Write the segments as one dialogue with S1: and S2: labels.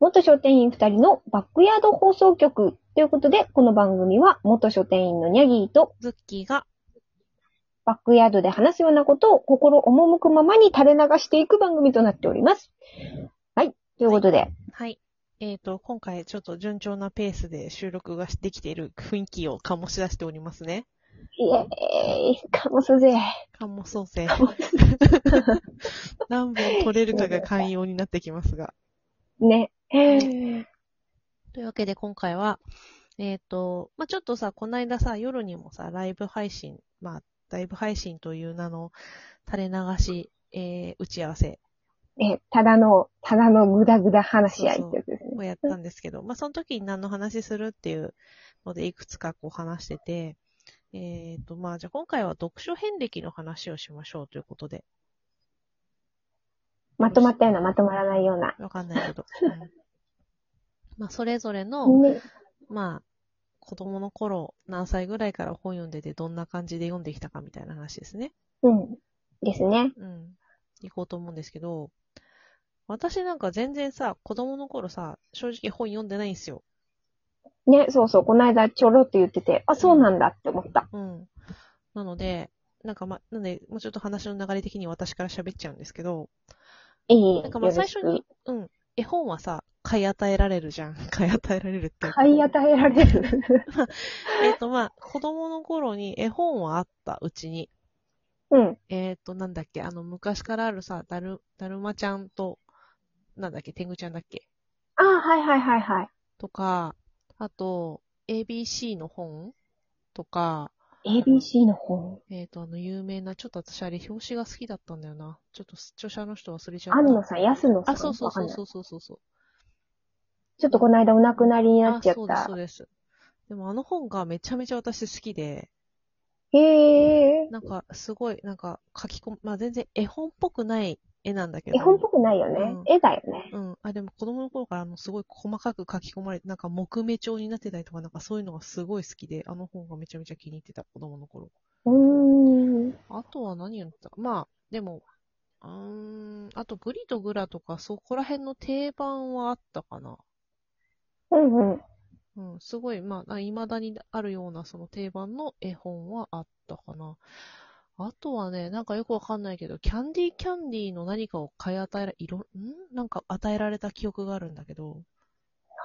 S1: 元書店員二人のバックヤード放送局ということで、この番組は元書店員のニャギーと
S2: ズッキーが、
S1: バックヤードで話すようなことを心赴くままに垂れ流していく番組となっております。はい。ということで、
S2: はい。えっ、と、今回ちょっと順調なペースで収録ができている雰囲気を醸し出しておりますね。
S1: イエーイ、カモスぜ。
S2: カモ創生。何本取れるかが寛容になってきますが。
S1: ね。
S2: というわけで今回は、えっ、と、まあ、ちょっとさ、こないださ、夜にもさ、ライブ配信、まあ、ライブ配信という名の垂れ流し、えー、打ち合わせ
S1: え、ただの、ただのぐだぐだ話し合いってやつですね。
S2: をやったんですけど、まあ、その時に何の話するっていうので、いくつかこう話してて、えっ、と、まあ、じゃあ今回は読書遍歴の話をしましょうということで、
S1: まとまったような、まとまらないような。
S2: わかんないけど。うんまあ、それぞれの、
S1: ね、
S2: まあ、子供の頃、何歳ぐらいから本読んでて、どんな感じで読んできたかみたいな話ですね。
S1: うん。ですね。
S2: うん。行こうと思うんですけど、私なんか全然さ、子供の頃さ、正直本読んでないんですよ。
S1: ね、そうそう、この間ちょろって言ってて、あ、そうなんだって思った。
S2: うん。なので、なんかま、なんで、もうちょっと話の流れ的に私から喋っちゃうんですけど、
S1: ええ
S2: なんかまあ最初に。、うん、絵本はさ、買い与えられるじゃん。 買い与えられるっていうか。
S1: 買い与えられる。
S2: えっとまあ、子供の頃に絵本はあったうちに、
S1: うん。
S2: えっ、と、なんだっけ、あの、昔からあるさ、だる、だるまちゃんと、なんだっけ、天狗ちゃんだっけ
S1: ああ、はいはいはいはい。
S2: とか、あと、ABC の本とか、
S1: ABC の本。
S2: えっ、と、あの、有名な、ちょっと私あれ、表紙が好きだったんだよな。ちょっと、著者の人忘れちゃった。
S1: 安野さん、安野さん。
S2: あ、そうそう
S1: わか
S2: そう
S1: んない
S2: そうそうそうそう。
S1: ちょっとこの間お亡くなりにな
S2: あ
S1: っちゃっ
S2: そうです、
S1: た
S2: そう。です。でもあの本がめちゃめちゃ私好きで、
S1: へえ。
S2: なんかすごい、なんか書き込む、まあ全然絵本っぽくない絵なんだけど。
S1: 絵本っぽくないよね。
S2: うん
S1: 絵だよね。
S2: うん。あ、でも子供の頃からあのすごい細かく書き込まれて、なんか木目調になってたりとか、なんかそういうのがすごい好きで、あの本がめちゃめちゃ気に入ってた、子供の頃。
S1: うーん。
S2: あとは何やったまあ、でも、うーん、あとグリとグラとかそこら辺の定番はあったかな。
S1: うんうん。
S2: うん、すごい、まあ、いまだにあるようなその定番の絵本はあったかな。あとはね、なんかよくわかんないけど、キャンディーキャンディーの何かを買い与えら、いろ、んなんか与えられた記憶があるんだけど、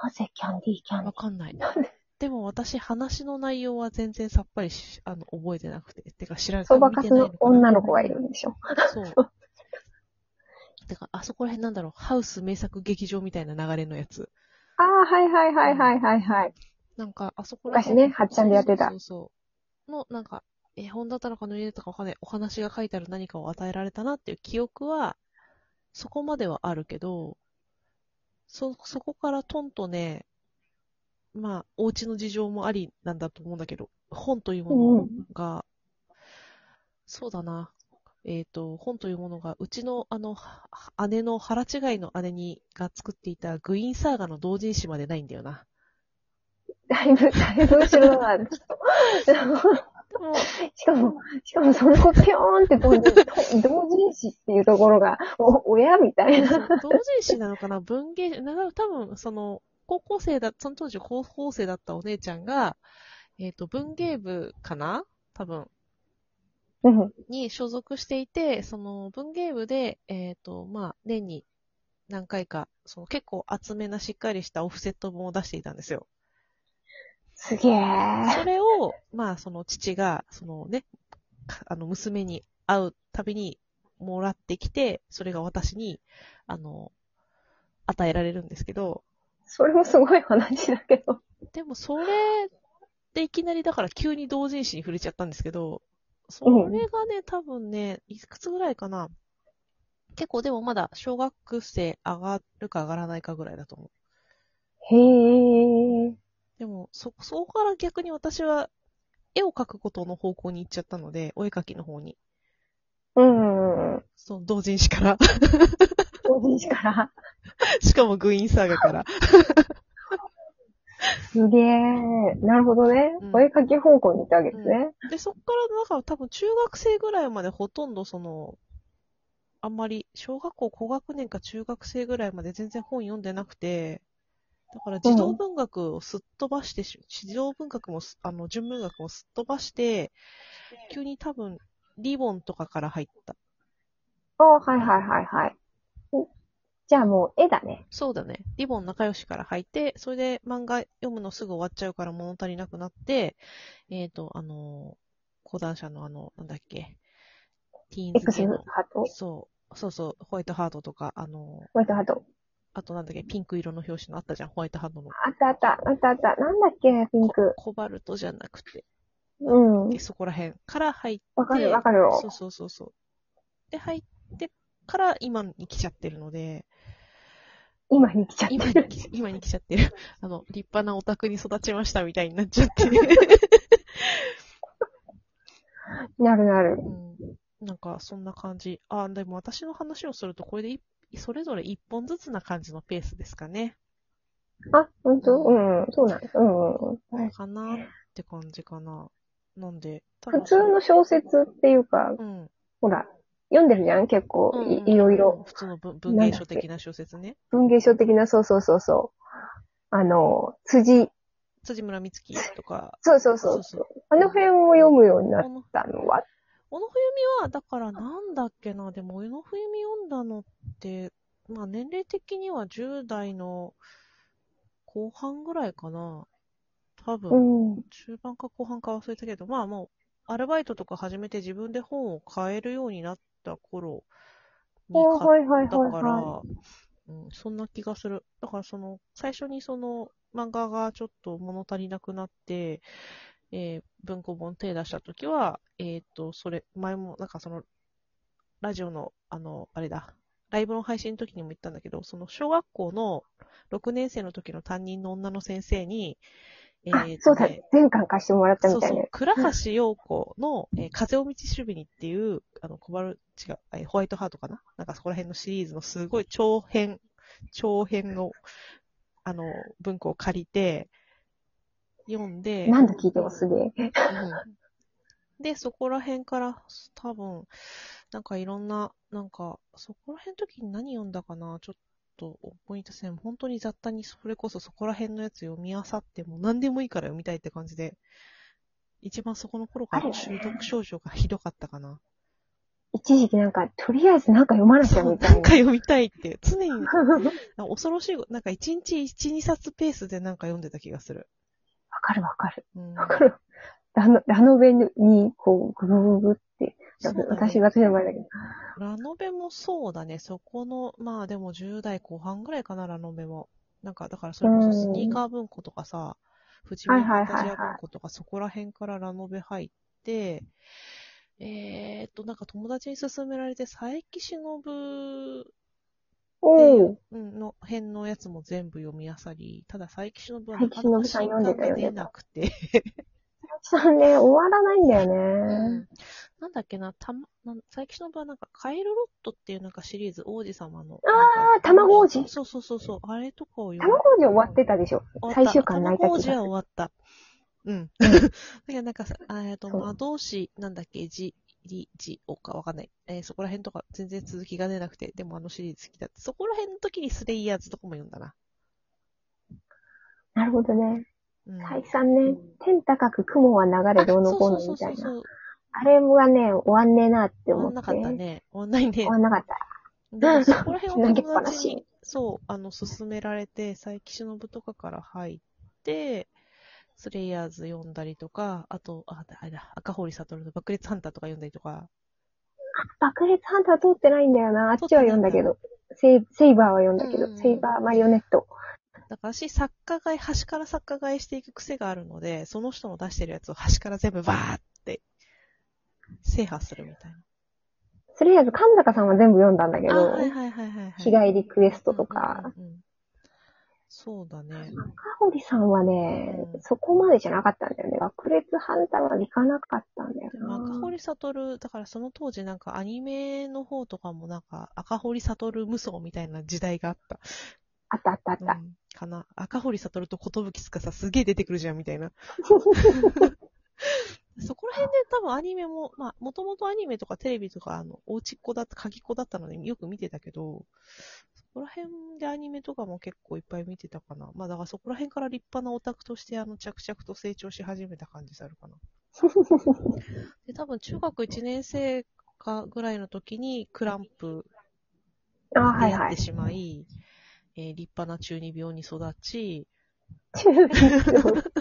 S1: なぜキャンディーキャンディ
S2: わ
S1: ー
S2: かんない
S1: なん。
S2: でも私、話の内容は全然さっぱりし、あの、覚えてなくて。てか知らない。
S1: そばかすの女の子がい
S2: る。
S1: るんでしょ。
S2: そう。てか、あそこら辺なんだろう、ハウス名作劇場みたいな流れのやつ。
S1: ああ、はいはいはいはいはいはい。
S2: なんか、あそこ
S1: 昔ねはっちゃんでやってた
S2: そうそうそうの、なんか、絵本だったのか縫いだったかわかんない、お話が書いてある何かを与えられたなっていう記憶は、そこまではあるけど、そ、そこからトンとね、まあ、お家の事情もありなんだと思うんだけど、本という
S1: うんう
S2: もの
S1: ん。
S2: が、そうだな、えっ、と、本というものが、うちの、あの、は姉の腹違いの姉に、が作っていたグイーンサーガの同人誌までないんだよな。
S1: だいぶ、だいぶ後ろだな、ちょっと。
S2: でも
S1: しかも、しかもその子ピョーンって飛ん で、同人誌っていうところが、お、親みたい
S2: そ
S1: な。
S2: う 同人誌なのかな文芸、なんか多分、その、高校生だ、その当時高校生だったお姉ちゃんが、えっ、と、文芸部かな多分、
S1: うん。
S2: に所属していて、その、文芸部で、えっ、と、まあ、年に何回か、その結構厚めなしっかりしたオフセット本を出していたんですよ。
S1: すげえ。
S2: それを、まあ、その父が、そのね、かあの、娘に会うたびにもらってきて、それが私に、あの、与えられるんですけど、
S1: それもすごい話だけど。
S2: でもそれでいきなりだから急に同人誌に触れちゃったんですけど、それがね、多分ね、いくつぐらいかな。結構でもまだ小学生上がるか上がらないかぐらいだと思う。
S1: へえ。
S2: でも、そ、そこから逆に私は絵を描くことの方向に行っちゃったので、お絵描きの方に。
S1: うん。
S2: その同人誌から。
S1: 同人誌から。
S2: しかもグイーンサーガから。
S1: すげえ。なるほどね
S2: う。ん
S1: お絵かき方向に行ったわけですね。
S2: で、そっから、だから多分中学生ぐらいまでほとんどその、あんまり、小学校高学年か中学生ぐらいまで全然本読んでなくて、だから児童文学をすっ飛ばしてし、児童文学もす、あの、純文学もすっ飛ばして、急に多分、リボンとかから入った。
S1: あはいはいはいはい。おじゃあもう絵だね。
S2: そうだね。リボン仲良しから入って、それで漫画読むのすぐ終わっちゃうから物足りなくなって、えっ、と、あのー、講談社のあの、なんだっけ、ティーンズ
S1: X
S2: 系
S1: ハ
S2: の
S1: ー、ト、
S2: そう、そうそう、ホワイトハートとか、あのー、
S1: ホワイトハート。
S2: あとなんだっけ、ピンク色の表紙のあったじゃん、ホワイトハートの。
S1: あったあった、あったあった。なんだっけ、ピンク
S2: コ。コバルトじゃなくて、
S1: うん。
S2: そこら辺から入って、
S1: わかるわかるよ
S2: そう。そうそうそう。で、入ってから今に来ちゃってるので、
S1: 今に来ちゃっ
S2: 今
S1: て
S2: に
S1: る。
S2: 来、今に来ちゃってる。 あの、立派なオタクに育ちましたみたいになっち ゃって。
S1: なるなる
S2: う。ん、なんか、そんな感じ。あ、でも私の話をすると、これで一それぞれ一本ずつな感じのペースですかね。
S1: あ、ほんとうん、そうなんです。うんうんうん。
S2: かなって感じかな。なんで、多
S1: 普
S2: 分
S1: 通の小説っていうか、
S2: うん、
S1: ほら、読んでるじゃん結構
S2: うんうん
S1: い、いろいろ。。
S2: 普通の文文芸書的な小説ね。
S1: 文芸書的な、そうそうそうそう。あの、辻、
S2: 辻村美月とか、
S1: そうそうそう。
S2: そう
S1: あの辺を読むように
S2: 小
S1: なっ
S2: 野
S1: たのは、
S2: 小野冬美は、だからなんだっけな、でも小野冬美読んだのって、まあ年齢的には10代の後半ぐらいかな。多
S1: う
S2: 分、
S1: ん。
S2: 中盤か後半か忘れたけど、まあもう、アルバイトとか始めて自分で本を買えるようになった頃
S1: あ
S2: に買っ
S1: はいはい
S2: だ
S1: はい
S2: から、
S1: は
S2: うん、そんな気がする。だからその、最初にその漫画がちょっと物足りなくなって、えー文庫本手出した時は、えっ、と、それ、前も、なんかその、ラジオの、あの、あれだ、ライブの配信の時にも言ったんだけど、その小学校の6年生の時の担任の女の先生に、え
S1: い。あ
S2: ー、
S1: そ
S2: と
S1: うだ
S2: ね、
S1: 全巻貸してもらったみ
S2: そう
S1: たい
S2: そ
S1: ね
S2: う。、倉橋陽子の、えー風を道守備にっていう、あの、小丸、違う、えーホワイトハートかななんかそこら辺のシリーズのすごい長編、長編の、あの、文庫を借りて、読んで、
S1: 何度聞いてもすげえ。
S2: うんで、そこら辺から、多分、なんかいろんな、なんか、そこら辺の時に何読んだかな、ちょっと思い出せない。本当に雑多にそれこそそこら辺のやつ読み漁って、もう何でもいいから読みたいって感じで、一番そこの頃か
S1: ある
S2: ら
S1: よね
S2: 中毒症状がひどかったかな。
S1: 一時期なんか、とりあえずなんか読まなきゃ
S2: そう
S1: みた
S2: ないんか
S1: な。
S2: 読みたいって、常に、なんか恐ろしいご、なんか1日1、2冊ペースでなんか読んでた気がする。
S1: わかるわかる。
S2: うん
S1: わかる。ラノ、ラノベに、こう、ぐぐぐぐって、
S2: そうだね
S1: 私、私の前だけど。
S2: ラノベもそうだね。そこの、まあでも10代後半ぐらいかな、ラノベも。なんか、だからそれこ
S1: う
S2: そ
S1: ん
S2: スニーカー文庫とかさ、藤
S1: は
S2: 原
S1: いはいはいはい
S2: ファンタジア文庫とかそこら辺からラノベ入って、えーっと、なんか友達に勧められて、佐伯忍
S1: おお
S2: うんの辺のやつも全部読み漁り、ただ佐伯忍はな
S1: 佐
S2: か
S1: 伯
S2: な
S1: 忍
S2: か
S1: さん
S2: 新
S1: 読んで
S2: 刊
S1: た
S2: が
S1: 読んでた
S2: 出なくて。
S1: さんね、終わらないんだ
S2: う
S1: よね
S2: ん。なんだっけな、たま、なん佐伯忍はなんか、カエルロットっていうなんかシリーズ、王子様の。
S1: あー
S2: なんか
S1: 卵王子
S2: そうそうそうそう、あれとかを読
S1: 卵
S2: む。
S1: 王子終わってたでしょ最終巻泣いた
S2: 卵王
S1: 気
S2: 子
S1: がす
S2: は終
S1: る。
S2: わった。うん。 だからなんかさ、あえっと、
S1: そう
S2: 魔導士、なんだっけ、じ、り、じ、おかわかんない。えーそこら辺とか全然続きが出なくて、でもあのシリーズ好きだって。そこら辺の時にスレイヤーズとかも読んだな。
S1: なるほどね。
S2: うん。
S1: 再三ね、天高く雲は流れどうのこうのみたい
S2: そう
S1: な。
S2: そうそうそう。
S1: あれはね、終わんねえなって
S2: 終
S1: 思
S2: わ
S1: っ
S2: ん
S1: て。
S2: なかったね。終わんないね
S1: 終。わんなかった。
S2: でもそこら辺を
S1: 投げっぱ
S2: 友
S1: な
S2: 達
S1: し
S2: に、そう、あの、勧められて、佐伯忍とかから入って、スレイヤーズ読んだりとか、あと、あ、あれだ、赤堀悟の爆裂ハンターとか読んだりとか、
S1: 爆裂ハンター通ってないんだよな。あっちは読んだけど。セイセイバーは読んだけ
S2: うん
S1: ど、セイバーマリオネット。
S2: だから私、作家買い、端から作家買いしていく癖があるので、その人の出してるやつを端から全部バーって、制覇するみたい
S1: それやず、神坂さんは全部読んだんだけ
S2: な。あ、
S1: ど、
S2: はいはいはいはい、はい。
S1: 日帰りクエストとか、
S2: うんうんうんうん。そうだね。
S1: 赤堀さんはね、
S2: うん
S1: そこまでじゃなかったんだよね。爆裂ハンターはいかなかったんだよ
S2: でも
S1: な。
S2: 赤堀悟、だからその当時なんかアニメの方とかもなんか赤堀悟無双みたいな時代があった。
S1: あったあったあっ
S2: う
S1: た。
S2: ん、かな。赤堀悟と寿司すげえ出てくるじゃんみた いな。そこら辺で多分アニメも、まあ、もともとアニメとかテレビとか、あの、おうちっ子だった、鍵っ子だったのでよく見てたけど、そこら辺でアニメとかも結構いっぱい見てたかな。まあだからそこら辺から立派なオタクとしてあの着々と成長し始めた感じされるかな。で、多分中学1年生かぐらいの時にクランプ
S1: あ、
S2: に
S1: はい
S2: なっ
S1: は
S2: て
S1: い。
S2: しまい、えー立派な中二病に育ち、
S1: 中学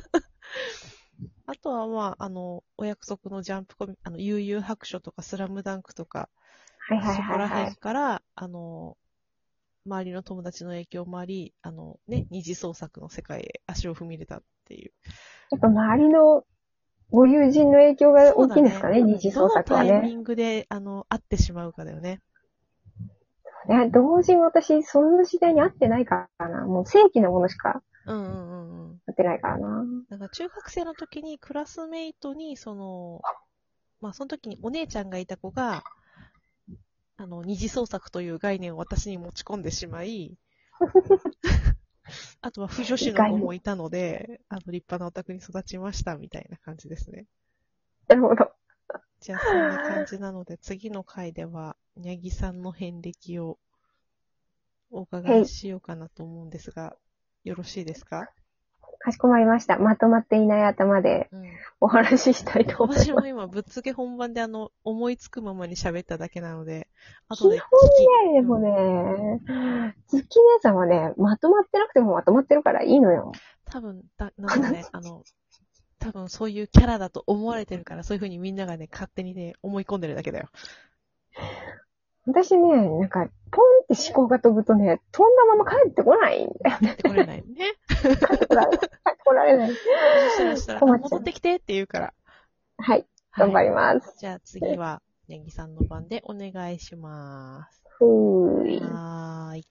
S2: あとはまあ、あの、お約束のジャンプコミ、あの、悠々白書とかスラムダンクとか、
S1: はいはい
S2: そこ
S1: はい
S2: ら
S1: はい
S2: 辺。から、あの、周りの友達の影響もあり、あのね、二次創作の世界へ足を踏み入れたっていう。
S1: やっぱ周りのご友人の影響が大きいんですかね、
S2: そうだ
S1: 二次創作は
S2: どのタイミ
S1: ね。
S2: ングで、あの、会ってしまうかだよね。
S1: ね同時に私、その時代に合ってないからな。もう正規のものしか
S2: うんうんうんうん。
S1: 合ってないからな。
S2: なんか中学生の時にクラスメイトに、その、まあその時にお姉ちゃんがいた子が、あの、二次創作という概念を私に持ち込んでしまい、 あとは不女子の子もいたので、あの、立派なお宅に育ちましたみたいな感じですね。
S1: なるほど。
S2: じゃあそんな感じなので、次の回では、にゃぎさんの遍歴をお伺いしようかなと思うんですが、よろしいですか
S1: かしこまりました。まとまっていない頭で
S2: うん。
S1: お話ししたいと思います。
S2: 私も今、ぶっつけ本番であの、思いつくままに喋っただけなので、
S1: 基本
S2: 後で
S1: ね
S2: 聞き、、
S1: でもね、月姉さんはね、まとまってなくてもまとまってるからいいのよ。
S2: 多分、だ、なんかね、あの、多分そういうキャラだと思われてるから、そういうふうにみんながね、勝手にね、思い込んでるだけだよ。
S1: 私ね、なんか、ポンって思考が飛ぶとね、飛んだまま帰ってこないんだよね。
S2: これないね。
S1: 帰ってこられない。帰ってこられない。
S2: そしたらそしたら、
S1: 困っちゃう
S2: 戻ってきてって言うから。
S1: はい、頑張ります。
S2: じゃあ次は、ネギさんの番でお願いします。
S1: ふーい。
S2: はーい。